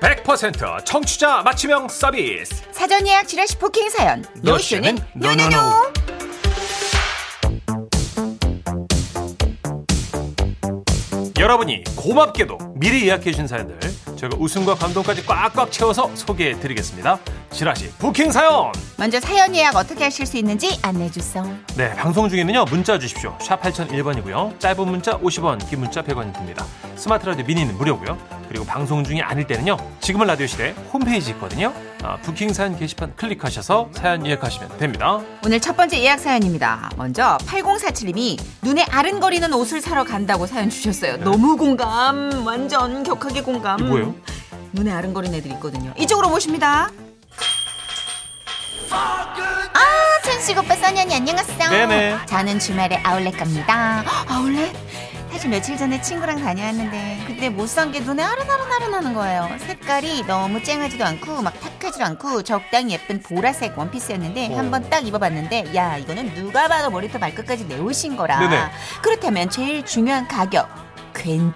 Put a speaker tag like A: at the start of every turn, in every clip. A: 100% 청취자 맞춤형 서비스
B: 사전 예약 지라시 포킹 사연 노쇼는
A: 노노노.
B: 노노노
A: 여러분이 고맙게도 미리 예약해 주신 사연들 저희가 웃음과 감동까지 꽉꽉 채워서 소개해 드리겠습니다 지라시 부킹 사연
B: 먼저 사연 예약 어떻게 하실 수 있는지 안내해 주세요
A: 네, 방송 중에는요. 문자 주십시오. 샵 8001번이고요. 짧은 문자 50원, 긴 문자 100원이 듭니다. 스마트 라디오 미니는 무료고요. 그리고 방송 중이 아닐 때는요. 지금은 라디오 시대 홈페이지 있거든요. 아, 부킹 사연 게시판 클릭하셔서 사연 예약하시면 됩니다.
B: 오늘 첫 번째 예약 사연입니다 먼저 8047님이 눈에 아른거리는 옷을 사러 간다고 사연 주셨어요
A: 네.
B: 너무 공감 완전 격하게 공감
A: 이거 뭐예요?
B: 눈에 아른거리는 애들 있거든요 이쪽으로 모십니다 아,
C: 천식 오빠 써니언니 안녕하세요.
A: 네네.
C: 저는 주말에 아울렛 갑니다.
B: 아울렛? 사실 며칠 전에 친구랑 다녀왔는데 그때 못 산 게 눈에 아른아른아른 하는 거예요. 색깔이 너무 쨍하지도 않고 막 탁하지도 않고 적당히 예쁜 보라색 원피스였는데
A: 어.
B: 한번 딱 입어봤는데 야 이거는 누가 봐도 머리부터 발끝까지 내 옷인 거라.
A: 네네.
B: 그렇다면 제일 중요한 가격.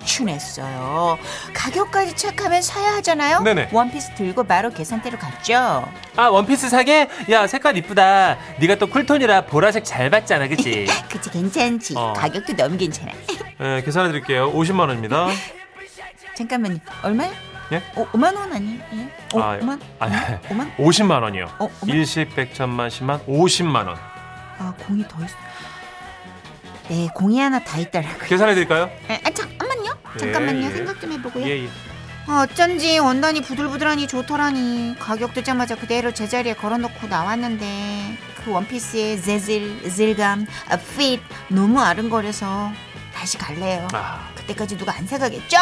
B: 괜춘했어요. 가격까지 체크하면 사야 하잖아요.
A: 네네.
B: 원피스 들고 바로 계산대로 갔죠.
A: 아, 원피스 사게? 야, 색깔 이쁘다. 네가 또 쿨톤이라 보라색 잘 봤잖아. 그치?
B: 그치 괜찮지.
A: 어.
B: 가격도 너무 괜찮아.
A: 네, 계산해 드릴게요. 50만 원입니다.
B: 잠깐만요. 얼마요? 어,
A: 예?
B: 오, 5만 원 아니에요? 예? 어, 오,
A: 아,
B: 5만?
A: 아니,
B: 5만?
A: 50만 원이요.
B: 어, 어머.
A: 일식 100천만 10만 50만 원.
B: 아, 공이 더 있어. 네, 공이 하나 다 있더라고요.
A: 계산해 드릴까요?
B: 아, 아, 잠깐만요. 잠깐만요.
A: 예.
B: 생각 좀 해보고요.
A: 예, 예.
B: 아, 어쩐지 원단이 부들부들하니 좋더라니. 가격 듣자마자 그대로 제자리에 걸어놓고 나왔는데 그 원피스의 재질, 질감, 아, 핏 너무 아른거려서 다시 갈래요.
A: 아.
B: 그때까지 누가 안 사가겠죠?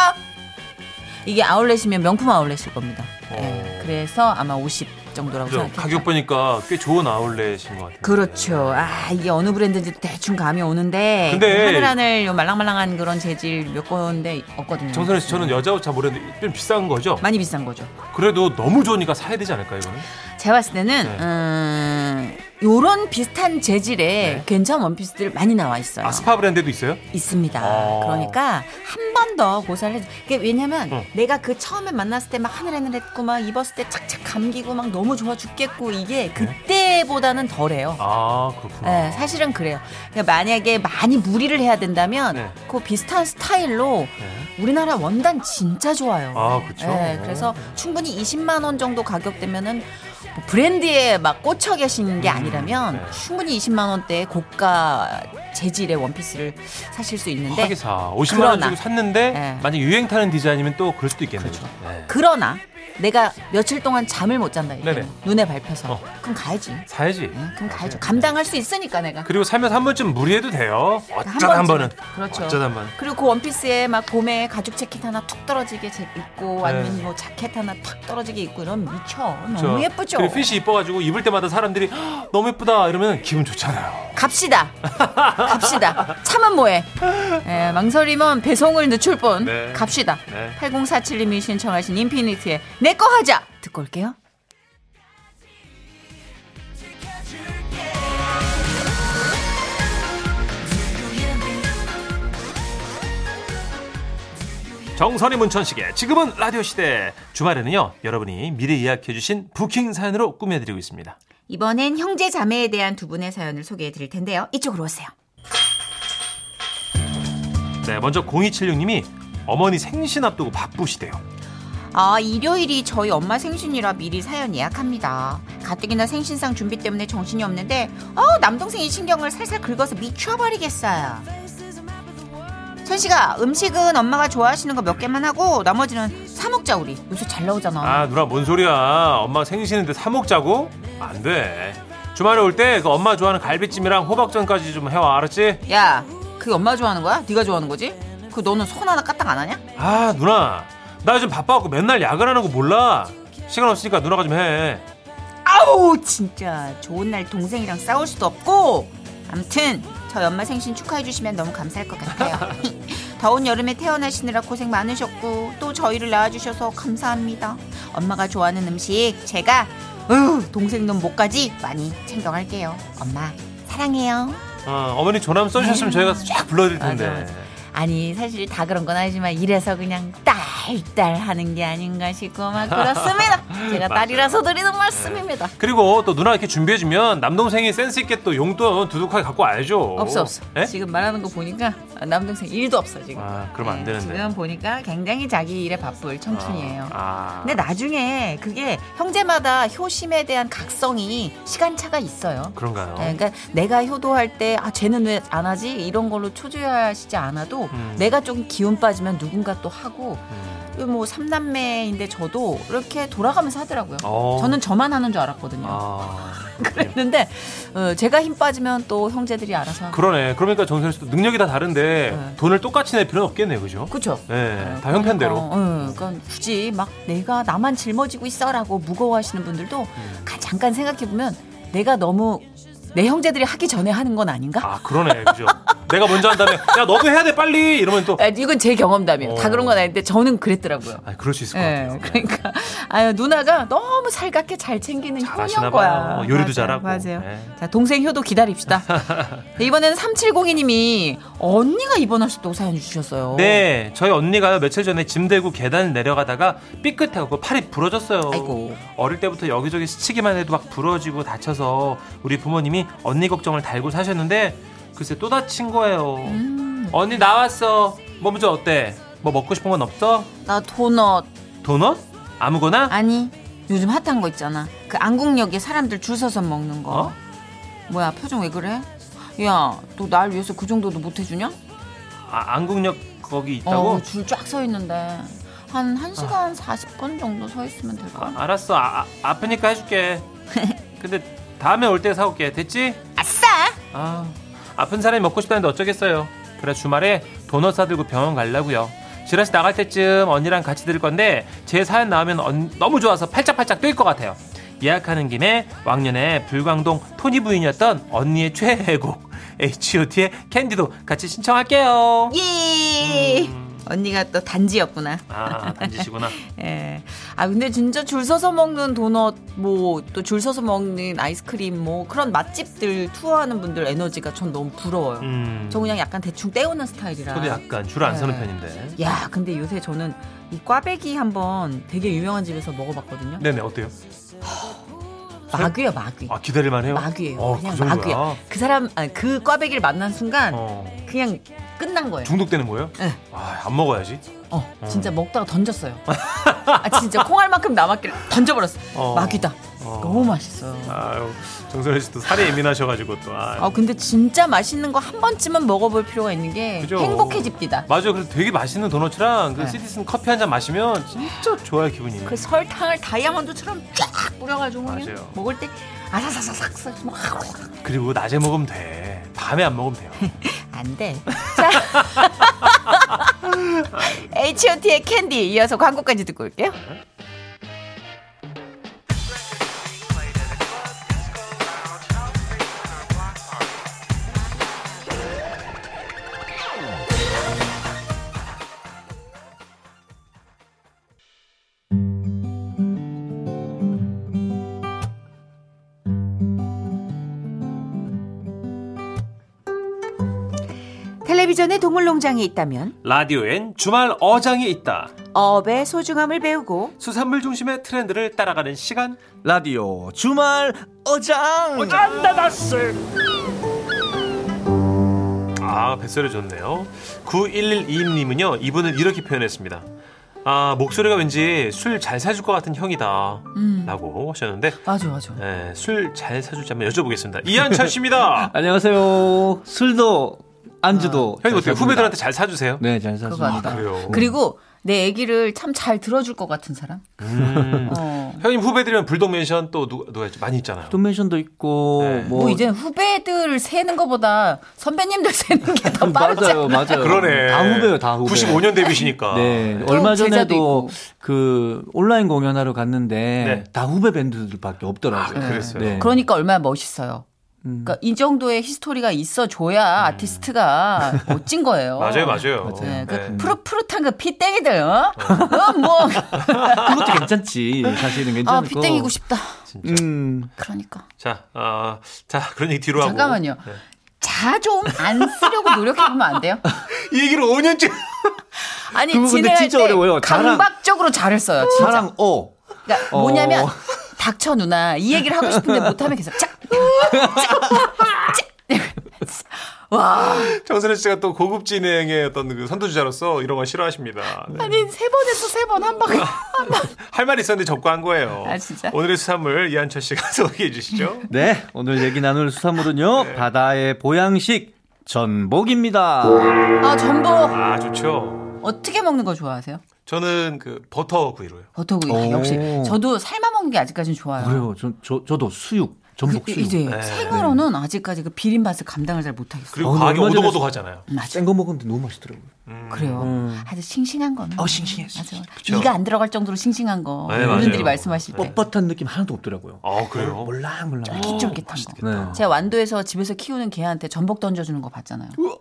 B: 이게 아울렛이면 명품 아울렛일 겁니다. 예,
A: 어.
B: 그래서 아마 50 정도라고
A: 그죠?
B: 생각해요.
A: 가격 보니까 꽤 좋은 아울렛인 것 같아요.
B: 그렇죠. 아 이게 어느 브랜드인지 대충 감이 오는데
A: 근데-
B: 하늘하늘 요 말랑말랑한 그런 재질 몇 건데 없거든요.
A: 정선혜 씨, 저는 여자 옷 잘 모르는데 좀 비싼 거죠?
B: 많이 비싼 거죠.
A: 그래도 너무 좋으니까 사야 되지 않을까요, 이거는?
B: 제가 봤을 때는
A: 네.
B: 음, 요런 비슷한 재질의 괜찮은 원피스들 많이 나와 있어요.
A: 네. 아, 스파 브랜드도 있어요?
B: 있습니다.
A: 아.
B: 그러니까 한 번 더 고사를 해줘. 그게 왜냐면
A: 응.
B: 내가 그 처음에 만났을 때 막 하늘하늘했고 막 입었을 때 착착 감기고 막 너무 좋아 죽겠고 이게 그때보다는 덜해요.
A: 네. 아, 그렇구나.
B: 네, 사실은 그래요. 그러니까 만약에 많이 무리를 해야 된다면
A: 네.
B: 그 비슷한 스타일로
A: 네.
B: 우리나라 원단 진짜 좋아요.
A: 아, 그쵸?
B: 네, 그래서 충분히 20만 원 정도 가격 되면은 뭐 브랜드에 막 꽂혀 계신 게
A: 음,
B: 아니라면
A: 네.
B: 충분히 20만 원대 고가 재질의 원피스를 사실 수 있는데
A: 하게 사. 50만 원
B: 네. 그러나.
A: 주고 샀는데
B: 네. 그렇죠.
A: 만약 유행 타는 디자인이면 또 그럴 수도 있겠네요. 네.
B: 그러나 내가 며칠 동안 잠을 못 잔다 이게
A: 네네.
B: 눈에 밟혀서
A: 어. 네.
B: 그럼 가야지. 네,
A: 사야지.
B: 그럼 가야지.
A: 사야지.
B: 감당할 수 있으니까 내가.
A: 그리고 살면서 한 번쯤 무리해도 돼요. 어쩌다
B: 번쯤.
A: 한 번은.
B: 그렇죠.
A: 어쩌다 한 번.
B: 그리고 그 원피스에 막 봄에 가죽 재킷 하나 툭 떨어지게 제- 입고 아니면
A: 네.
B: 뭐 자켓 하나 탁 떨어지게 입고 이러면 미쳐
A: 그쵸?
B: 너무 어,
A: 그렇죠.
B: 예쁘죠.
A: 그리고 핏이 이뻐가지고 입을 때마다 사람들이 "헉, 너무 예쁘다 이러면 기분 좋잖아요.
B: 갑시다. 갑시다. 차만 뭐해. 예, 망설이면 배송을 늦출 뻔.
A: 네.
B: 갑시다.
A: 네.
B: 8047님이 신청하신 인피니트의 내 거 하자 듣고 올게요.
A: 정선이 문천식의 지금은 라디오 시대 주말에는요 여러분이 미리 예약해주신 부킹 사연으로 꾸며드리고 있습니다.
B: 이번엔 형제 자매에 대한 두 분의 사연을 소개해 드릴 텐데요. 이쪽으로 오세요.
A: 네, 먼저 0276님이 어머니 생신 앞두고 바쁘시대요.
B: 아, 일요일이 저희 엄마 생신이라 미리 사연 예약합니다. 가뜩이나 생신상 준비 때문에 정신이 없는데, 어, 남동생이 신경을 살살 긁어서 미쳐버리겠어요. 천식아, 음식은 엄마가 좋아하시는 거 몇 개만 하고, 나머지는 사먹자, 우리. 요새 잘 나오잖아.
A: 아, 누나 뭔 소리야? 엄마 생신인데 사 먹자고? 안 돼. 주말에 올 때 그 엄마 좋아하는 갈비찜이랑 호박전까지 좀 해와 알았지?
B: 야, 그게 엄마 좋아하는 거야? 네가 좋아하는 거지? 그 너는 손 하나 까딱 안 하냐?
A: 아, 누나 나 요즘 바빠갖고 맨날 야근하는 거 몰라. 시간 없으니까 누나가 좀 해.
B: 아우 진짜 좋은 날 동생이랑 싸울 수도 없고 암튼 저희 엄마 생신 축하해 주시면 너무 감사할 것 같아요 더운 여름에 태어나시느라 고생 많으셨고 또 저희를 낳아주셔서 감사합니다 엄마가 좋아하는 음식 제가 으, 동생 놈 목까지 많이 챙겨갈게요 엄마 사랑해요
A: 아, 어, 어머니 조남 써주셨으면 저희가 쫙 불러드릴 텐데.
B: 음. 맞아, 아니 사실 다 그런 건 아니지만 이래서 그냥 딸딸 하는 게 아닌가 싶고 막 그렇습니다. 제가 딸이라서 드리는 말씀입니다.
A: 그리고 또 누나 이렇게 준비해주면 남동생이 센스 있게 또 용돈 두둑하게 갖고 와야죠.
B: 없어 없어.
A: 예?
B: 지금 말하는 거 보니까 남동생 일도 없어 지금.
A: 아, 그러면 안
B: 네,
A: 되는데.
B: 지금 보니까 굉장히 자기 일에 바쁠 청춘이에요. 네.
A: 아,
B: 근데 나중에 그게 형제마다 효심에 대한 각성이 시간차가 있어요.
A: 그런가요?
B: 네, 그러니까 내가 효도할 때 아 쟤는 왜 안 하지 이런 걸로 초조해하시지 않아도
A: 음.
B: 내가 좀 기운 빠지면 누군가 또 하고
A: 음.
B: 뭐 삼남매인데 저도 이렇게 돌아가면서 하더라고요.
A: 어.
B: 저는 저만 하는 줄 알았거든요.
A: 아,
B: 그랬는데 어, 제가 힘 빠지면 또 형제들이 알아서 하고
A: 그러네. 그러니까 정선 씨도 능력이 다 다른데
B: 네.
A: 돈을 똑같이 낼 필요는 없겠네요, 그죠?
B: 그렇죠.
A: 예, 다 형편대로.
B: 어, 어, 그러니까 굳이 막 내가 나만 짊어지고 있어라고 무거워하시는 분들도
A: 음.
B: 가- 잠깐 생각해 보면 내가 너무 내 형제들이 하기 전에 하는 건 아닌가?
A: 아, 그러네, 그죠? 내가 먼저 한 다음에 야 너도 해야 돼 빨리 이러면 또
B: 아, 이건 제 경험담이에요.
A: 어.
B: 다 그런 건 아닌데 저는 그랬더라고요.
A: 아, 그럴 수 있을 것
B: 예,
A: 같아요. 네.
B: 그러니까 아유 누나가 너무 살갑게 잘 챙기는
A: 잘하시나
B: 형이었
A: 봐요.
B: 거야.
A: 어, 요리도
B: 맞아요,
A: 잘하고.
B: 맞아요.
A: 예.
B: 자 동생 효도 기다립시다. 네, 이번에는 3702님이 언니가 입원하셨다고 사연 주셨어요.
A: 네, 저희 언니가요 며칠 전에 짐 들고 계단을 내려가다가 삐끗해갖고 그 팔이 부러졌어요.
B: 아이고.
A: 어릴 때부터 여기저기 스치기만 해도 막 부러지고 다쳐서 우리 부모님이 언니 걱정을 달고 사셨는데 글쎄 또 다친 거예요.
B: 음,
A: 언니 나왔어. 뭐 문제 어때? 뭐 먹고 싶은 건 없어?
B: 나 도넛
A: 도넛? 아무거나?
B: 아니 요즘 핫한 거 있잖아. 그 안국역에 사람들 줄 서서 먹는 거.
A: 어?
B: 뭐야 표정 왜 그래? 야 너 날 위해서 그 정도도 못 해주냐?
A: 아, 안국역 거기 있다고?
B: 어, 줄 쫙 서 있는데 한 1시간 40분 정도 서 있으면 될
A: 아,
B: 거야.
A: 알았어. 아, 아, 프니까 해줄게. 근데 다음에 올 때 사올게. 됐지?
B: 아싸!
A: 아, 아픈 사람이 먹고 싶다는데 어쩌겠어요. 그래 주말에 도넛 사들고 병원 가려고요. 지라시 나갈 때쯤 언니랑 같이 들을 건데 제 사연 나오면 언- 너무 좋아서 팔짝팔짝 뛸 것 같아요. 예약하는 김에 왕년에 불광동 토니 부인이었던 언니의 최애곡 H.O.T의 캔디도 같이 신청할게요.
B: 예!
A: 음.
B: 언니가 또 단지였구나.
A: 아 단지시구나.
B: 예. 아 근데 진짜 줄 서서 먹는 도넛 뭐 또 줄 서서 먹는 아이스크림 뭐 그런 맛집들 투어하는 분들 에너지가 전 너무 부러워요.
A: 음,
B: 저 그냥 약간 대충 때우는 스타일이라.
A: 저도 약간 줄 안 서는
B: 네.
A: 편인데.
B: 야, 근데 요새 저는 이 꽈배기 한번 되게 유명한 집에서 먹어봤거든요.
A: 네네 어때요?
B: 마귀요, 마귀.
A: 아 기다릴만 해요.
B: 마귀예요.
A: 어,
B: 그냥
A: 그 정도야.
B: 마귀야. 그 사람 아니, 그 꽈배기를 만난 순간
A: 어,
B: 그냥 끝난 거예요.
A: 중독되는 거예요?
B: 네.
A: 아, 안 먹어야지.
B: 어, 진짜 먹다가 던졌어요. 아, 진짜 콩알만큼 남았길래 던져버렸어.
A: 어.
B: 마귀다.
A: 어.
B: 너무 맛있어요.
A: 아유, 정선혜 씨도 살에 예민하셔가지고 또. 아.
B: 아, 근데 진짜 맛있는 거 한 번쯤은 먹어볼 필요가 있는 게
A: 그죠.
B: 행복해집니다.
A: 맞아요. 그래서 되게 맛있는 도넛이랑 그
B: 네.
A: 시티슨 커피 한 잔 마시면 진짜 좋아요 기분이.
B: 그 설탕을 다이아몬드처럼 쫙 뿌려가지고 그냥
A: 맞아요.
B: 먹을 때 아삭아삭아삭 막
A: 그리고 낮에 먹으면 돼. 밤에 안 먹으면 돼요.
B: 안 돼. 자. H.O.T의 캔디 이어서 광고까지 듣고 올게요. 텔레비전에 동물농장이 있다면
A: 라디오엔 주말 어장이 있다.
B: 어업의 소중함을 배우고
A: 수산물 중심의 트렌드를 따라가는 시간.
D: 라디오 주말 어장.
A: 아 뱃살이 좋네요. 9112님은요 이분을 이렇게 표현했습니다. 아 목소리가 왠지 술 잘 사줄 것 같은 형이다.
B: 음.
A: 라고 하셨는데 예,
B: 맞아 맞아.
A: 술 잘 사줄지 한번 여쭤보겠습니다. 이한철 씨입니다.
D: 안녕하세요. 술도 안주도.
A: 아, 형님 어떻게
D: 잘 삽니다.
A: 후배들한테 잘 사주세요?
D: 네잘
B: 그거
D: 샀습니다.
B: 아니다.
A: 그래요.
B: 그리고 내 아기를 참 잘 들어줄 것 같은 사람.
A: 음.
B: 어.
A: 형님 후배들이면 불독맨션 또 누가, 누가 있죠? 많이 있잖아요.
D: 돈멘션도 있고
A: 네.
D: 뭐.
B: 뭐 이제 후배들 세는 것보다 선배님들 세는 게 더 빠르지.
D: 그 음, 맞아요, 맞아요.
A: 그러네.
D: 다 후배요, 다 후배.
A: 95년 데뷔시니까.
D: 네,
B: 또
D: 얼마
B: 제자도
D: 전에도
B: 있고.
D: 그 온라인 공연하러 갔는데
A: 네.
D: 다 후배 밴드들밖에 없더라고요. 네.
A: 아, 그랬어요?
B: 그러니까 얼마나 멋있어요.
D: 음.
B: 그러니까 이 정도의 히스토리가 있어줘야 아티스트가 멋진 거예요.
A: 맞아요, 맞아요.
D: 맞아요.
B: 네, 그
A: 네.
B: 푸릇푸릇한 그 피땡이들, 어? 어, 뭐,
D: 그것도 괜찮지. 사실은 괜찮고.
B: 아,
D: 어.
B: 피땡이고 싶다.
A: 진짜.
D: 음.
B: 그러니까.
A: 자, 어, 자, 그런 얘기 뒤로 하고.
B: 잠깐만요. 자 좀 안 쓰려고 노력해보면 안 돼요?
A: 이 얘기를 5년째.
B: 아니
D: 그거 근데
B: 진행할
D: 진짜
B: 때
D: 어려워요. 자랑-
B: 강박적으로 잘을 써요. 진짜.
D: 사랑 오.
B: 그러니까
D: 어.
B: 뭐냐면 닥쳐 누나 이 얘기를 하고 싶은데 못하면 계속 짝. 와
A: 정선혜 씨가 또 고급 진행의 어떤 그 선두주자로서 이런 건 싫어하십니다. 네.
B: 아니 세 번에서 세 번 한 방.
A: 할 말이 있었는데 접고 한 거예요.
B: 아, 진짜?
A: 오늘의 수산물 이한철 씨가 소개해 주시죠.
D: 네, 오늘 얘기 나눌 수산물은요. 바다의 보양식 전복입니다.
B: 아 전복
A: 아 좋죠.
B: 어떻게 먹는 거 좋아하세요?
A: 저는 그 버터 구이로요.
B: 버터구이
D: 오.
B: 역시 저도 삶아 먹는 게 아직까진 좋아요.
D: 그래요. 저, 저, 저도 수육, 전복
B: 그-
D: 수육.
B: 이제
A: 네.
B: 생으로는 아직까지 그 비린 맛을 감당을 잘 못하겠어요.
A: 그리고
D: 어,
A: 과하게
D: 얼마 전에
A: 오독오독하잖아요.
B: 맞아.
D: 센거 먹었는데 너무 맛있더라고요.
B: 그래요.
A: 음.
B: 아주 싱싱한 거는.
D: 어, 싱싱했어.
B: 맞아. 이가 안 들어갈 정도로 싱싱한 거.
A: 네,
B: 어른들이
A: 맞아요.
B: 말씀하실 때.
D: 뻣뻣한 느낌 하나도 없더라고요. 어,
A: 아 그래요? 아,
D: 몰랑몰랑.
B: 쫄깃쫄깃한 거.
D: 네.
B: 제가 완도에서 집에서 키우는 개한테 전복 던져주는 거 봤잖아요.
A: 음.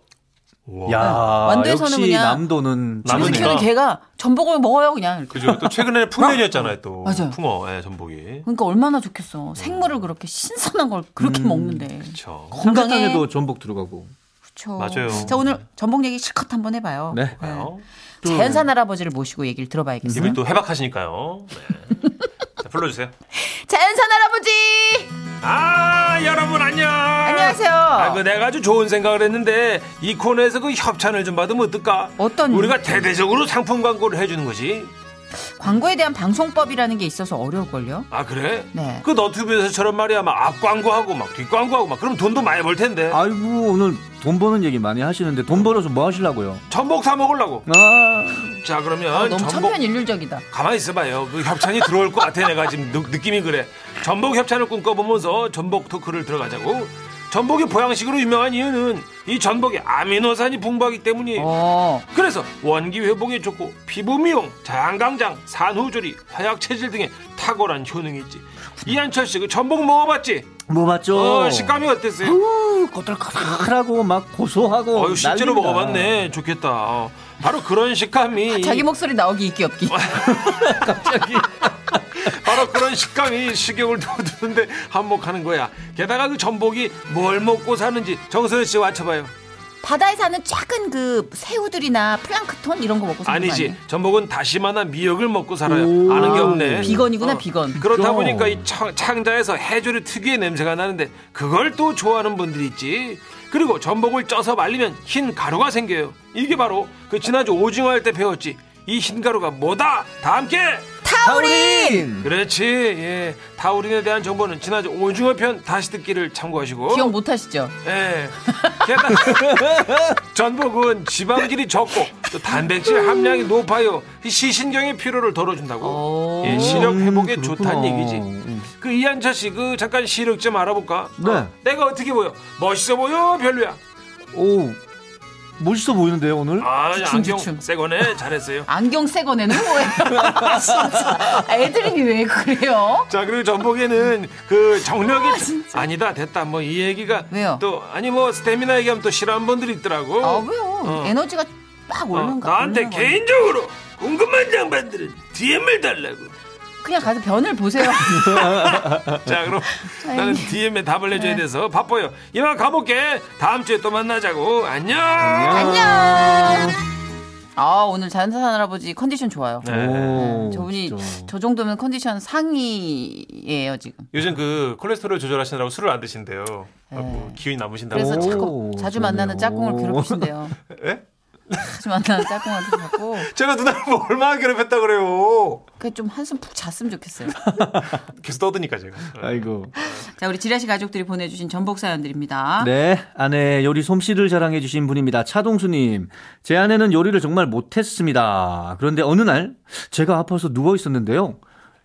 A: 우와.
D: 야,
B: 아, 완도에서는
D: 역시
B: 그냥
D: 남도는
B: 집에서
A: 남으니까.
B: 키우는 개가 전복을 먹어요 그냥. 이렇게.
A: 그죠. 또 최근에는 풍년이었잖아요. 또
B: 어? 맞아요.
A: 풍어 예, 전복이.
B: 그러니까 얼마나 좋겠어. 생물을 그렇게 신선한 걸 그렇게
A: 음.
B: 먹는데.
A: 그렇죠.
B: 건강해.
D: 삼계탕에도 전복 들어가고.
B: 그렇죠.
A: 맞아요.
B: 자 오늘 전복 얘기 실컷 한번 해봐요.
D: 네.
B: 자연산 할아버지를 모시고 얘기를 들어봐야겠어요.
A: 이미 또 해박하시니까요. 네. 자, 불러주세요.
B: 자연산 할아버지.
A: 아 여러분 안녕.
B: 안녕하세요.
A: 아, 그 내가 아주 좋은 생각을 했는데 이 코너에서 그 협찬을 좀 받으면 어떨까?
B: 어떤
A: 우리가 대대적으로 상품 광고를 해주는 거지.
B: 광고에 대한 방송법이라는 게 있어서 어려울걸요.
A: 아 그래?
B: 네.
A: 그 너튜브에서처럼 말이야 막 앞 광고하고 막 뒷 광고하고 막 그럼 돈도 많이 벌 텐데.
D: 아이고, 오늘 돈 버는 얘기 많이 하시는데 돈 벌어서 뭐 하시려고요?
A: 전복 사 먹으려고.
D: 아,
A: 자 그러면
B: 아, 너무
A: 전복
B: 천편일률적이다.
A: 가만히 있어봐요. 그 협찬이 들어올 것 같아. 내가 지금 느, 느낌이 그래. 전복 협찬을 꿈꿔보면서 전복 토크를 들어가자고. 전복이 보양식으로 유명한 이유는 이 전복에 아미노산이 풍부하기 때문이에요.
B: 어.
A: 그래서 원기 회복에 좋고 피부 미용, 자양강장, 산후조리, 화약 체질 등의 탁월한 효능이 있지. 이한철 씨 그 전복 먹어봤지?
D: 뭐 맞죠?
A: 어, 식감이 어땠어요?
D: 아우, 꼬들꼬들하고 막 고소하고.
A: 어유 실제로
D: 난리입니다.
A: 먹어봤네. 좋겠다. 어, 바로 그런 식감이
B: 아, 자기 목소리 나오기 있기 없기.
A: 바로 그런 식감이 식욕을 돋우는데 한몫하는 거야. 게다가 그 전복이 뭘 먹고 사는지 정선혜 씨 맞춰봐요.
B: 바다에 사는 작은 그 새우들이나 플랑크톤 이런 거 먹고 사는 거
A: 아니지.
B: 아니에요?
A: 전복은 다시마나 미역을 먹고 살아요.
D: 오.
A: 아는 게 없네. 어.
B: 비건이구나 비건.
A: 그렇다
D: 그죠.
A: 보니까 이 창- 창자에서 해조류 특유의 냄새가 나는데 그걸 또 좋아하는 분들이 있지. 그리고 전복을 쪄서 말리면 흰 가루가 생겨요. 이게 바로 그 지난주 오징어 할 때 배웠지. 이 흰 가루가 뭐다? 다 함께
D: 타우린!
A: 그렇지. 예. 타우린에 대한 정보는 지난주 오징어 편 다시 듣기를 참고하시고.
B: 기억 못 하시죠?
A: 예. 게다가 전복은 지방질이 적고 또 단백질 함량이 높아요. 이 시신경의 피로를 덜어준다고.
B: 오.
A: 예, 시력 회복에
D: 음,
A: 좋다는
D: 그렇구나.
A: 얘기지.
D: 음.
A: 그 이한철 씨 그 잠깐 시력 좀 알아볼까?
D: 네.
A: 어, 내가 어떻게 보여? 멋있어 보여? 별로야?
D: 오, 멋있어 보이는데요, 오늘?
A: 아,
B: 주춤,
A: 안경
B: 주춤.
A: 새 거네. 잘했어요.
B: 안경 새거 내는 뭐예요? 진짜 애들이 왜 그래요?
A: 자 그리고 전복에는 그 정력이
B: 진짜.
A: 아, 니다 됐다 뭐 이 얘기가
B: 왜요?
A: 또 아니 뭐 스태미나 얘기하면 또 싫어하는 분들이 있더라고
B: 아 왜요? 에너지가 막
A: 어,
B: 올라가.
A: 나한테
B: 올라가.
A: 개인적으로 궁금한 장반들은 DM을 달라고
B: 그냥 가서 변을 보세요.
A: 자 그럼 나는 DM에 답을
B: 네.
A: 해줘야 돼서 바빠요 이만 가볼게 다음 주에 또 만나자고 안녕
B: 안녕. 아 오늘 자연산 할아버지 컨디션 좋아요.
A: 네.
D: 오,
B: 음, 저분이
D: 어, 진짜.
B: 저 정도면 컨디션 상위예요 지금.
A: 요즘 그 콜레스테롤 조절하시느라고 술을 안 드신대요 기운이 남으신다고
B: 네. 그래서
D: 오,
B: 자꾸 자주
D: 좋네요.
B: 만나는 짝꿍을 괴롭히신대요.
A: 예?
B: 자주 만나는 짝꿍한테 자꾸
A: 제가 누나를 뭐 얼마나 괴롭혔다 그래요
B: 그좀 한숨 푹 잤으면 좋겠어요.
A: 계속 떠드니까 제가
D: 아이고.
B: 자 우리 지라시 가족들이 보내주신 전복
A: 아.
B: 사연들입니다.
D: 네, 아내 요리 솜씨를 자랑해 주신 분입니다. 차동수님. 제 아내는 요리를 정말 못했습니다. 그런데 어느 날 제가 아파서 누워 있었는데요.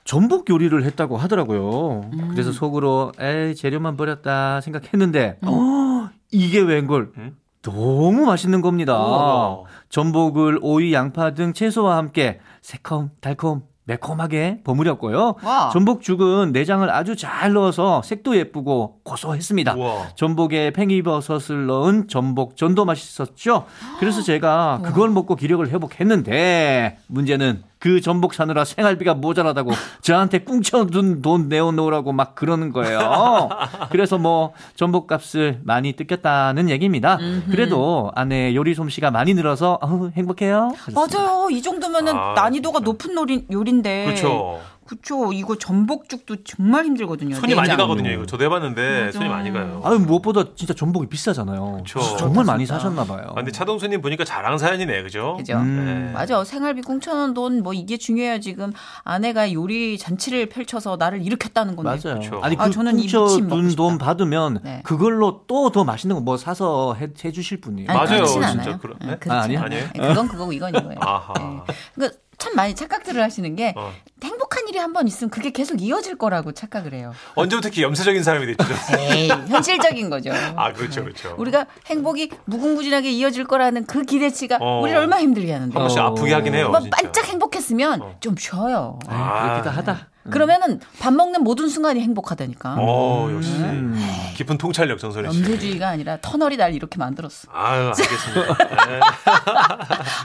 D: 전복 요리를 했다고 하더라고요.
A: 음.
D: 그래서 속으로 에이 재료만 버렸다 생각했는데 어, 이게 웬걸
A: 음?
D: 너무 맛있는 겁니다.
A: 우와.
D: 전복을 오이, 양파 등 채소와 함께 새콤 달콤 매콤하게 버무렸고요.
B: 와.
D: 전복죽은 내장을 아주 잘 넣어서 색도 예쁘고 고소했습니다.
A: 우와.
D: 전복에 팽이버섯을 넣은 전복 전도 맛있었죠. 그래서 제가 그걸 먹고 기력을 회복했는데 문제는 그 전복 사느라 생활비가 모자라다고 저한테 꿍쳐둔 돈 내어놓으라고 막 그러는 거예요. 그래서 뭐 전복값을 많이 뜯겼다는 얘기입니다. 그래도 아내 요리 솜씨가 많이 늘어서 어우, 행복해요. 그렇습니다.
B: 맞아요. 이 정도면은
A: 아,
B: 난이도가
A: 그렇죠.
B: 높은 요리, 요리인데.
A: 그렇죠.
B: 그쵸. 이거 전복죽도 정말 힘들거든요.
A: 손이 많이
B: 내장.
A: 가거든요. 이거 저도 해봤는데
B: 네, 맞아.
A: 손이 많이 가요.
D: 아유 무엇보다 진짜 전복이 비싸잖아요.
A: 그쵸.
D: 정말 많이 사셨나 봐요.
A: 아, 근데 차동수님 보니까 자랑 사연이네, 그죠?
B: 그죠?
D: 음.
B: 맞아. 생활비 공천원 돈 뭐 이게 중요해요. 지금 아내가 요리 잔치를 펼쳐서 나를 일으켰다는 건데.
D: 맞아요.
A: 네. 그쵸.
D: 아니 그
B: 아, 저는 이
D: 훔쳐
B: 무침 먹고
D: 둔
B: 싶다.
D: 돈 받으면
B: 네.
D: 그걸로 또 더 맛있는 거 뭐 사서 해, 해주실 분이에요.
B: 아니,
A: 맞아요.
B: 예, 그렇진
A: 진짜
B: 않아요.
A: 그러-
B: 응,
A: 네?
B: 그렇진
D: 아, 아니에요?
B: 않아요.
A: 아니에요?
B: 네, 그건 그거고 이건 이거예요.
A: 아하.
B: 네. 그러니까 참 많이 착각들을 하시는 게
A: 어.
B: 행복한 일이 한 번 있으면 그게 계속 이어질 거라고 착각을 해요.
A: 언제부터 이렇게 염세적인 사람이 됐죠?
B: 에이, 현실적인 거죠.
A: 아, 그렇죠, 그렇죠.
B: 우리가 행복이 무궁무진하게 이어질 거라는 그 기대치가
A: 어.
B: 우리를 얼마나 힘들게 하는데.
A: 한 번씩
D: 어.
A: 아프게 하긴 해요.
B: 한번
A: 진짜.
B: 반짝 행복했으면 좀 쉬어요. 음.
D: 아, 그렇기도 하다.
B: 그러면은 밥 먹는 모든 순간이 행복하다니까.
A: 어, 역시.
D: 음.
A: 깊은 통찰력, 정선혜 씨.
B: 네. 염세주의가 아니라 터널이 날 이렇게 만들었어.
A: 아유, 알겠습니다. 네.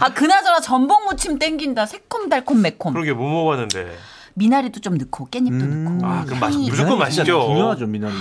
B: 아 그나저나 전복 무침 땡긴다. 새콤달콤 매콤.
A: 그러게 못 먹어봤는데.
B: 미나리도 좀 넣고 깻잎도
D: 음.
B: 넣고.
A: 아, 그럼 맛
B: 향이
A: 무조건
D: 미나리 진짜
A: 맛있죠. 아,
D: 중요하죠, 미나리.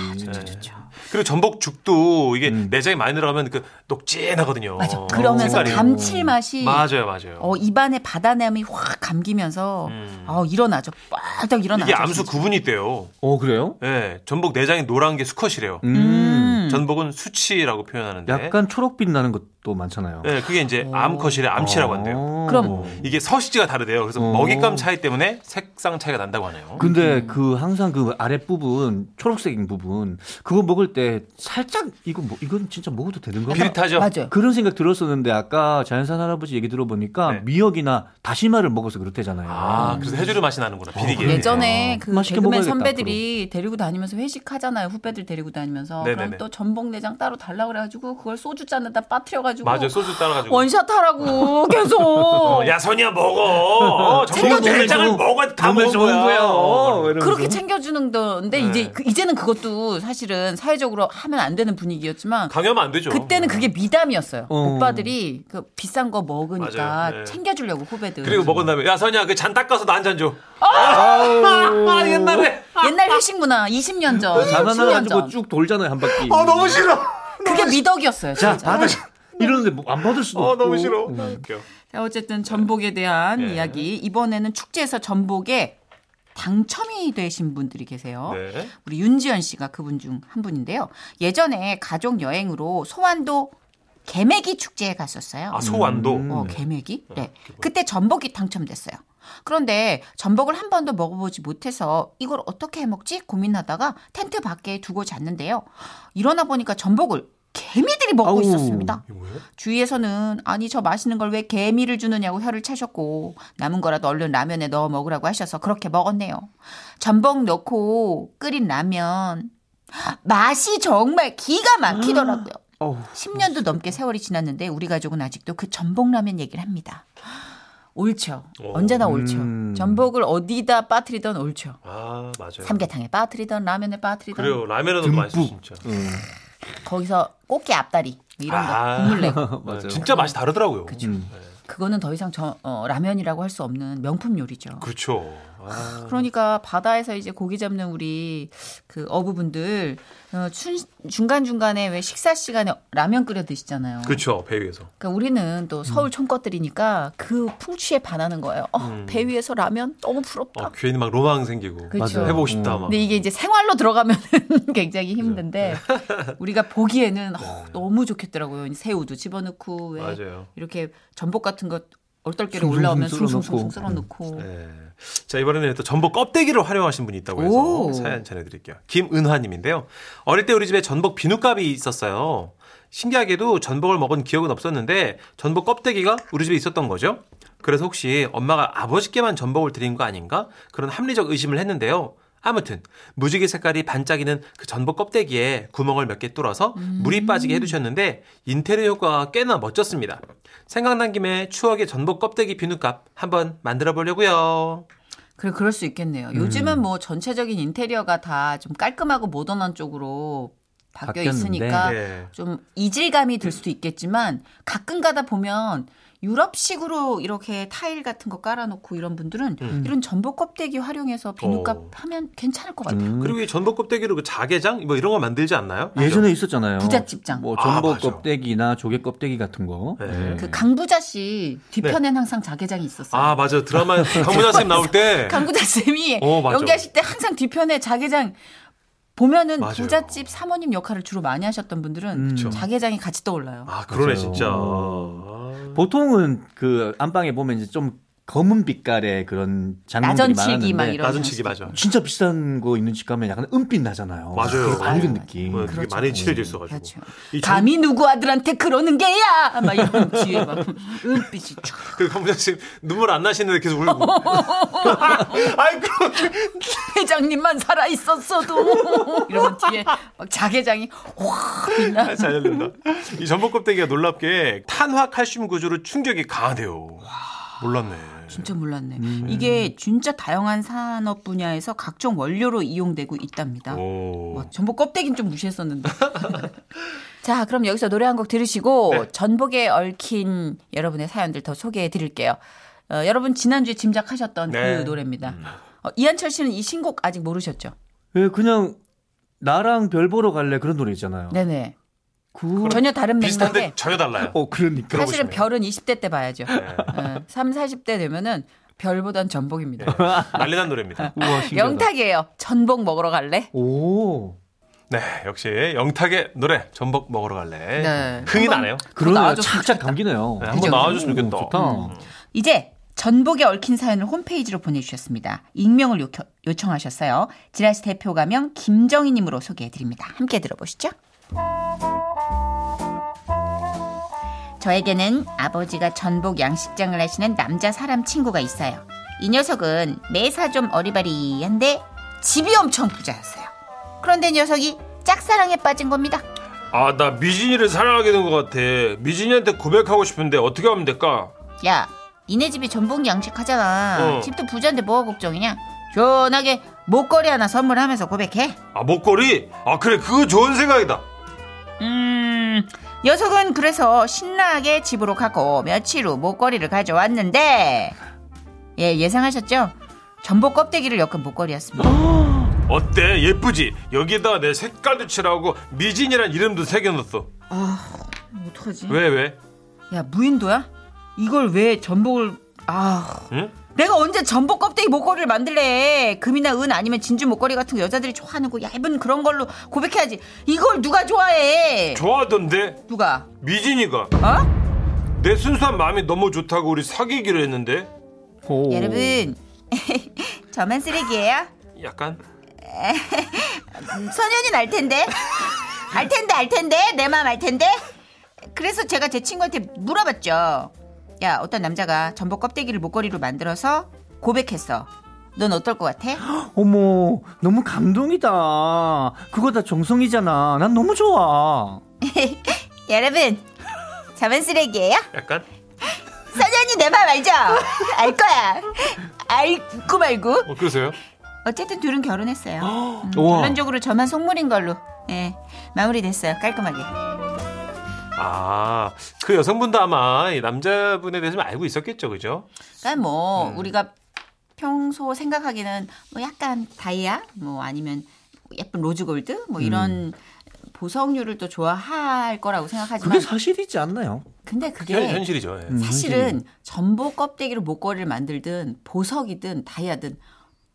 A: 그리고 전복죽도 이게
D: 음.
A: 내장이 많이 들어가면 그 녹진하거든요.
B: 맞아. 그러면서
A: 어, 색깔이. 음.
B: 감칠맛이
A: 맞아요, 맞아요.
B: 어, 입안에 바다냄이 확 감기면서
A: 음.
B: 어, 일어나죠. 빠닥 일어나죠.
A: 이게 암수
B: 진짜.
A: 구분이 있대요.
D: 어, 그래요?
A: 예, 전복 내장이 노란 게 수컷이래요.
D: 음.
B: 음.
A: 전복은 수치라고 표현하는데.
D: 약간 초록빛 나는 것도 많잖아요.
A: 예, 그게 이제 암컷이래 암치라고 한대요.
D: 어.
B: 그럼
A: 이게 서식지가 다르대요. 그래서
D: 어.
A: 먹잇감 차이 때문에 색상 차이가 난다고 하네요.
D: 근데 그 항상 그 아랫부분 초록색인 부분 그거 먹을 때 살짝 이거 뭐 이건 진짜 먹어도 되는 거야?
A: 비릿하죠?
B: 맞아요.
D: 그런 생각 들었었는데 아까 자연산 할아버지 얘기 들어보니까
A: 네.
D: 미역이나 다시마를 먹어서 그렇대잖아요.
A: 아, 그래서 해조류 맛이 나는구나. 비리게.
B: 예전에
D: 아,
B: 그
D: 맛있게
B: 개그맨
D: 먹어야겠다,
B: 선배들이 데리고 다니면서 회식하잖아요. 후배들 데리고 다니면서
A: 네네네.
B: 그럼 또 전복 내장 따로 달라 그래가지고 그걸 소주 잔에다 빠트려 가지고
A: 네. 맞아요. 소주 따라가지고.
B: 원샷 하라고 계속.
A: 어, 야, 선이야, 먹어. 어, 전복
D: 챙겨줘.
A: 내장을 먹어. 다 먹은 거야. 어, 그래.
B: 그렇게 챙겨주는 건데
A: 네.
B: 이제 그- 이제는 그것도 사실은 사회적으로 하면 안 되는 분위기였지만
A: 강요하면 안 되죠.
B: 그때는 그게 미담이었어요.
D: 어.
B: 오빠들이 그 비싼 거 먹으니까
A: 맞아요. 네.
B: 챙겨주려고 후배들.
A: 그리고 먹은 다음에 야, 선이야, 그 잔 닦아서 나 한 잔 줘. 아, 옛날에.
B: 옛날 회식 문화 20년 전,
A: 그
D: 자나나
B: 10년
D: 가지고
B: 전.
D: 쭉 돌잖아요 한 바퀴.
A: 아, 너무 싫어.
B: 그게 미덕이었어요.
D: 자
B: 진짜.
D: 받아. 이러는데 뭐안 받을 수도
A: 어,
D: 없고. 음.
A: 너무 싫어. 웃겨.
B: 자, 어쨌든 전복에 대한
A: 네.
B: 이야기. 이번에는 축제에서 전복에 당첨이 되신 분들이 계세요.
A: 네.
B: 우리 윤지연 씨가 그분 중 한 분인데요. 예전에 가족 여행으로 소환도 개매기 축제에 갔었어요.
A: 아, 소완도.
B: 어,
A: 네.
B: 개매기? 네.
A: 그게 뭐야?
B: 그때 전복이 당첨됐어요. 그런데 전복을 한 번도 먹어보지 못해서 이걸 어떻게 해먹지 고민하다가 텐트 밖에 두고 잤는데요. 일어나 보니까 전복을 개미들이 먹고
D: 아우.
B: 있었습니다.
A: 이게 뭐예요?
B: 주위에서는 아니 저 맛있는 걸 왜 개미를 주느냐고 혀를 차셨고 남은 거라도 얼른 라면에 넣어 먹으라고 하셔서 그렇게 먹었네요. 전복 넣고 끓인 라면 맛이 정말 기가 막히더라고요.
A: 아,
D: 어우.
B: 10년도 넘게 세월이 지났는데 우리 가족은 아직도 그 전복라면 얘기를 합니다. 옳죠.
A: 오.
B: 언제나 옳죠.
D: 음.
B: 전복을 어디다 빠뜨리던 옳죠.
A: 아, 맞아요.
B: 삼계탕에 빠뜨리던 라면에 빠뜨리던
A: 그래요. 라면은 너무 맛있어, 진짜.
D: 음.
B: 거기서 꽃게 앞다리 뭐 이런 거
A: 아.
B: 국물 내고
D: 맞아요.
A: 진짜 맛이 다르더라고요. 그렇죠.
D: 음.
B: 그거는 더 이상 저, 어, 라면이라고 할 수 없는 명품 요리죠.
A: 그, 아,
B: 그러니까 바다에서 이제 고기 잡는 우리 그 어부분들 어, 춘, 중간중간에 왜 식사 시간에 라면 끓여 드시잖아요.
A: 그렇죠. 배 위에서.
B: 그러니까 우리는 또
A: 음.
B: 서울 총껏들이니까 그 풍취에 반하는 거예요. 어, 배 위에서 라면 너무 부럽다.
A: 어, 괜히 막 로망 생기고.
B: 그쵸. 음.
A: 맞아요. 해보고 싶다, 막.
B: 근데 이게 이제 생활로 들어가면 굉장히 힘든데
A: 네.
B: 우리가 보기에는 어, 너무 좋겠더라고요. 이제 새우도 집어넣고 왜
A: 맞아요.
B: 이렇게 전복 같은 거 얼떨결에
D: 숭숭숭
B: 올라오면
D: 쓸어넣고.
B: 숭숭숭숭 썰어놓고
A: 네. 자, 이번에는 또 전복 껍데기를 활용하신 분이 있다고 해서
B: 오.
A: 사연 전해드릴게요. 김은화님인데요. 어릴 때 우리 집에 전복 비누값이 있었어요. 신기하게도 전복을 먹은 기억은 없었는데 전복 껍데기가 우리 집에 있었던 거죠. 그래서 혹시 엄마가 아버지께만 전복을 드린 거 아닌가? 그런 합리적 의심을 했는데요. 아무튼 무지개 색깔이 반짝이는 그 전복 껍데기에 구멍을 몇 개 뚫어서 물이 빠지게 해두셨는데 인테리어 효과가 꽤나 멋졌습니다. 생각난 김에 추억의 전복 껍데기 비누값 한번 만들어 보려고요.
B: 그래 그럴 수 있겠네요. 요즘은 뭐 전체적인 인테리어가 다 좀 깔끔하고 모던한 쪽으로 바뀌어
D: 바뀌었는데.
B: 있으니까
D: 아.
A: 예.
B: 좀 이질감이 들 수도 있겠지만 가끔 가다 보면 유럽식으로 이렇게 타일 같은 거 깔아놓고 이런 분들은
A: 음.
B: 이런 전복 껍데기 활용해서 비누값
A: 오.
B: 하면 괜찮을 것 같아요.
D: 음.
A: 그리고 이 전복 껍데기로 그 자개장 뭐 이런 거 만들지 않나요?
D: 예전에 있었잖아요.
B: 부잣집장.
D: 뭐
A: 아,
D: 전복
A: 맞아.
D: 껍데기나 조개 껍데기 같은 거.
A: 네.
B: 그 강부자 씨 뒤편엔 항상 자개장이 있었어요.
A: 아 맞아 드라마 강문자 쌤 나올 때
B: 강구자
A: 네.
B: 쌤이
A: 어, 맞아.
B: 연기하실 때 항상 뒤편에 자개장 보면은
A: 맞아요. 음.
B: 부잣집 사모님 역할을 주로 많이 하셨던 분들은
D: 그쵸.
B: 자개장이 같이 떠올라요.
A: 아 그러네
D: 맞아요.
A: 진짜.
D: 보통은 그 안방에 보면 이제 좀 검은 빛깔의 그런 장면들이
B: 나전칠기 막
D: 많았는데
B: 이런.
A: 나전치기 맞아.
D: 진짜 비싼 거 있는 집 가면 약간 은빛 나잖아요.
A: 맞아요.
D: 어, 그 밝은
B: 맞아요.
D: 느낌. 그렇죠. 음,
A: 뭐 되게 많이 칠해져 있어가지고.
B: 그렇죠.
A: 이 전-
B: 감히 누구 아들한테 그러는 게야! 막 이런 뒤에 막 은빛이 쫙.
A: 그 강문자 쌤 눈물 안 나시는데 계속 울고. 아이 그럼
B: 회장님만 살아있었어도! 이러면 뒤에 막 자개장이 확 빛나.
A: 잘 된다. 이 전복 껍데기가 놀랍게 탄화 칼슘 구조로 충격이 강하대요. 몰랐네.
B: 진짜 몰랐네.
A: 음.
B: 이게 진짜 다양한 산업 분야에서 각종 원료로 이용되고 있답니다.
A: 오.
B: 와, 뭐 전복 껍데기는 좀 무시했었는데. 네. 자, 그럼 여기서 노래 한 곡 들으시고
A: 네.
B: 전복에 얽힌 여러분의 사연들 더 소개해 드릴게요. 어, 여러분 지난주에 짐작하셨던
A: 네.
B: 그 노래입니다. 어, 이한철 씨는 이 신곡 아직 모르셨죠?
A: 어.
D: 예, 그냥 나랑 별 보러 갈래 그런 노래 있잖아요.
B: 네네.
D: 그...
B: 전혀 다른
A: 비슷한데
B: 맥락에
A: 전혀 달라요.
D: 어, 그러니까.
B: 사실은
A: 들어보시네요. 네.
B: 별은 20대 때 봐야죠. 어, 3, 40대 되면은 별보단 전복입니다.
A: 네. 난리난 노래입니다.
D: 우와, 신기하다.
B: 영탁이에요. 전복 먹으러 갈래?
D: 오.
A: 네, 역시 영탁의 노래 전복 먹으러 갈래.
B: 네.
A: 흥이
B: 한번
A: 나네요.
D: 그러네요.
B: 나와줬으면
D: 착착 감기네요.
A: 네,
B: 그죠?
A: 한번 나와줬으면 좋겠다. 음,
D: 좋다.
B: 이제 전복에 얽힌 사연을 홈페이지로 보내주셨습니다. 익명을 요청, 요청하셨어요. 지라시 대표 가명 김정희님으로 소개해드립니다. 함께 들어보시죠. 저에게는 아버지가 전복 양식장을 하시는 남자 사람 친구가 있어요. 이 녀석은 매사 좀 어리바리한데 집이 엄청 부자였어요. 그런데 이 녀석이 짝사랑에 빠진 겁니다.
A: 아, 나 미진이를 사랑하게 된 것 같아. 미진이한테 고백하고 싶은데 어떻게 하면 될까?
B: 야, 니네 집이 전복 양식하잖아.
A: 어.
B: 집도 부자인데 뭐가 걱정이냐? 시원하게 목걸이 하나 선물하면서 고백해.
A: 아, 목걸이? 아, 그래, 그거 좋은 생각이다.
B: 음, 녀석은 그래서 신나게 집으로 가고 며칠 후 목걸이를 가져왔는데, 예, 예상하셨죠? 전복 껍데기를 엮은
A: 어?
B: 목걸이였습니다.
A: 어때? 예쁘지? 여기에다 내 색깔도 칠하고 미진이란 이름도 새겨놨어.
B: 어떡하지?
A: 왜, 왜?
B: 야, 무인도야? 이걸 왜 전복을, 아.
A: 응?
B: 내가 언제 전복 껍데기 목걸이를 만들래? 금이나 은 아니면 진주 목걸이 같은 거 여자들이 좋아하는 거 얇은 그런 걸로 고백해야지. 이걸 누가 좋아해?
A: 좋아하던데?
B: 누가?
A: 미진이가.
B: 어?
A: 내 순수한 마음이 너무 좋다고 우리 사귀기로 했는데? 음.
D: 오.
B: 여러분, 저만 쓰레기예요?
A: 약간?
B: 소년이 알 텐데. 알 텐데, 알 텐데. 내 마음 알 텐데. 그래서 제가 제 친구한테 물어봤죠. 야, 어떤 남자가 전복 껍데기를 목걸이로 만들어서 고백했어. 넌 어떨 것 같아?
D: 어머, 너무 감동이다. 그거 다 정성이잖아. 난 너무 좋아.
B: 여러분, 저만 쓰레기예요?
A: 약간?
B: 사장님 내 맘 알죠? 알 거야. 알고 말고.
A: 어, 그러세요?
B: 어쨌든 둘은 결혼했어요. 음,
D: 우와.
B: 결론적으로 저만 속물인 걸로. 예. 마무리됐어요. 깔끔하게.
A: 아, 그 여성분도 아마 이 남자분에 대해서 좀 알고 있었겠죠, 그죠?
B: 그러니까 뭐
D: 음.
B: 우리가 평소 생각하기는 뭐 약간 다이아 뭐 아니면 예쁜 로즈 골드 뭐 이런 보석류를 또 좋아할 거라고
D: 음. 그게
B: 생각하지만
D: 사실이지 않나요?
B: 근데 그게
A: 현, 현실이죠. 예.
D: 음,
B: 사실은 전복 껍데기로 목걸이를 만들든 보석이든 다이아든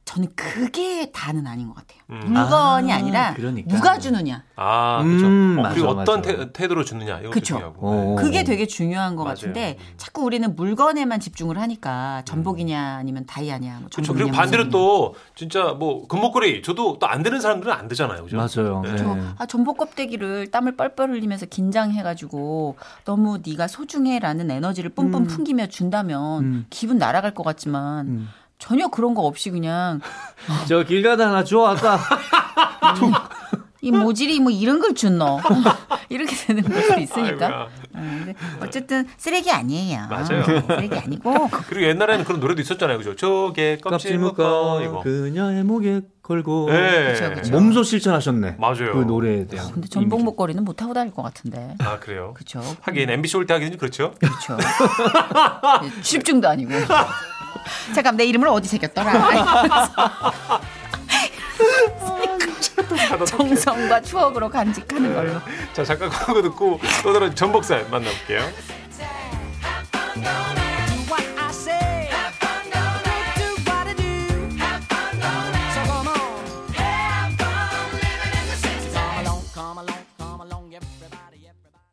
B: 저는 그게 다는 아닌 것 같아요.
A: 음.
B: 물건이
D: 아,
B: 아, 니라
D: 그러니까.
B: 누가 주느냐
A: 아, 그렇죠.
D: 음,
A: 어, 그리고
D: 맞아,
A: 어떤
D: 맞아.
A: 태, 태도로 주느냐 이것도
B: 그쵸.
A: 중요하고. 네.
D: 어.
B: 그게 되게 중요한 것
A: 맞아요.
B: 같은데 자꾸 우리는 물건에만 집중을 하니까 전복이냐
D: 음.
B: 아니면 다이아냐 뭐
A: 그렇죠.
B: 전복이냐,
A: 그리고 반대로
B: 보석이냐.
A: 또 진짜 뭐 금목걸이 저도 또 안 되는 사람들은 안 되잖아요, 그죠?
D: 맞아요.
A: 네.
D: 네.
B: 저, 아, 전복 껍데기를 땀을 뻘뻘 흘리면서 긴장해가지고 너무 네가 소중해라는 에너지를 뿜뿜 풍기며 준다면
D: 음.
B: 기분 날아갈 것 같지만 전혀 그런 거 없이 그냥
D: 저 길 가다 하나 줘, 아까.
B: 이 모질이 뭐 이런 걸 준 너 이렇게 되는 걸 수도 있으니까
A: 아이고야.
B: 음, 근데 어쨌든 쓰레기 아니에요. 네,
A: 맞아요.
B: 쓰레기 아니고
A: 그리고 옛날에는 그런 노래도 있었잖아요. 그죠? 저게 껍질 묶어 이거.
D: 그녀의 목에 걸고
A: 예.
B: 그쵸, 그쵸.
D: 몸소 실천하셨네.
A: 맞아요.
D: 그 노래에 대한.
B: 근데 전복
D: 이미지.
B: 목걸이는 못 하고 다닐 것 같은데.
A: 아, 그래요.
B: 그렇죠.
A: 하긴 MBC 올 때 하긴 그렇죠.
B: 그렇죠. 집중도 아니고. 잠깐 내 이름을 어디 새겼더라.
A: 아,
B: 정성과 추억으로 간직하는 걸로.
A: 자, 잠깐 광고 듣고 또 다른 전복살 만나볼게요.
E: Take off your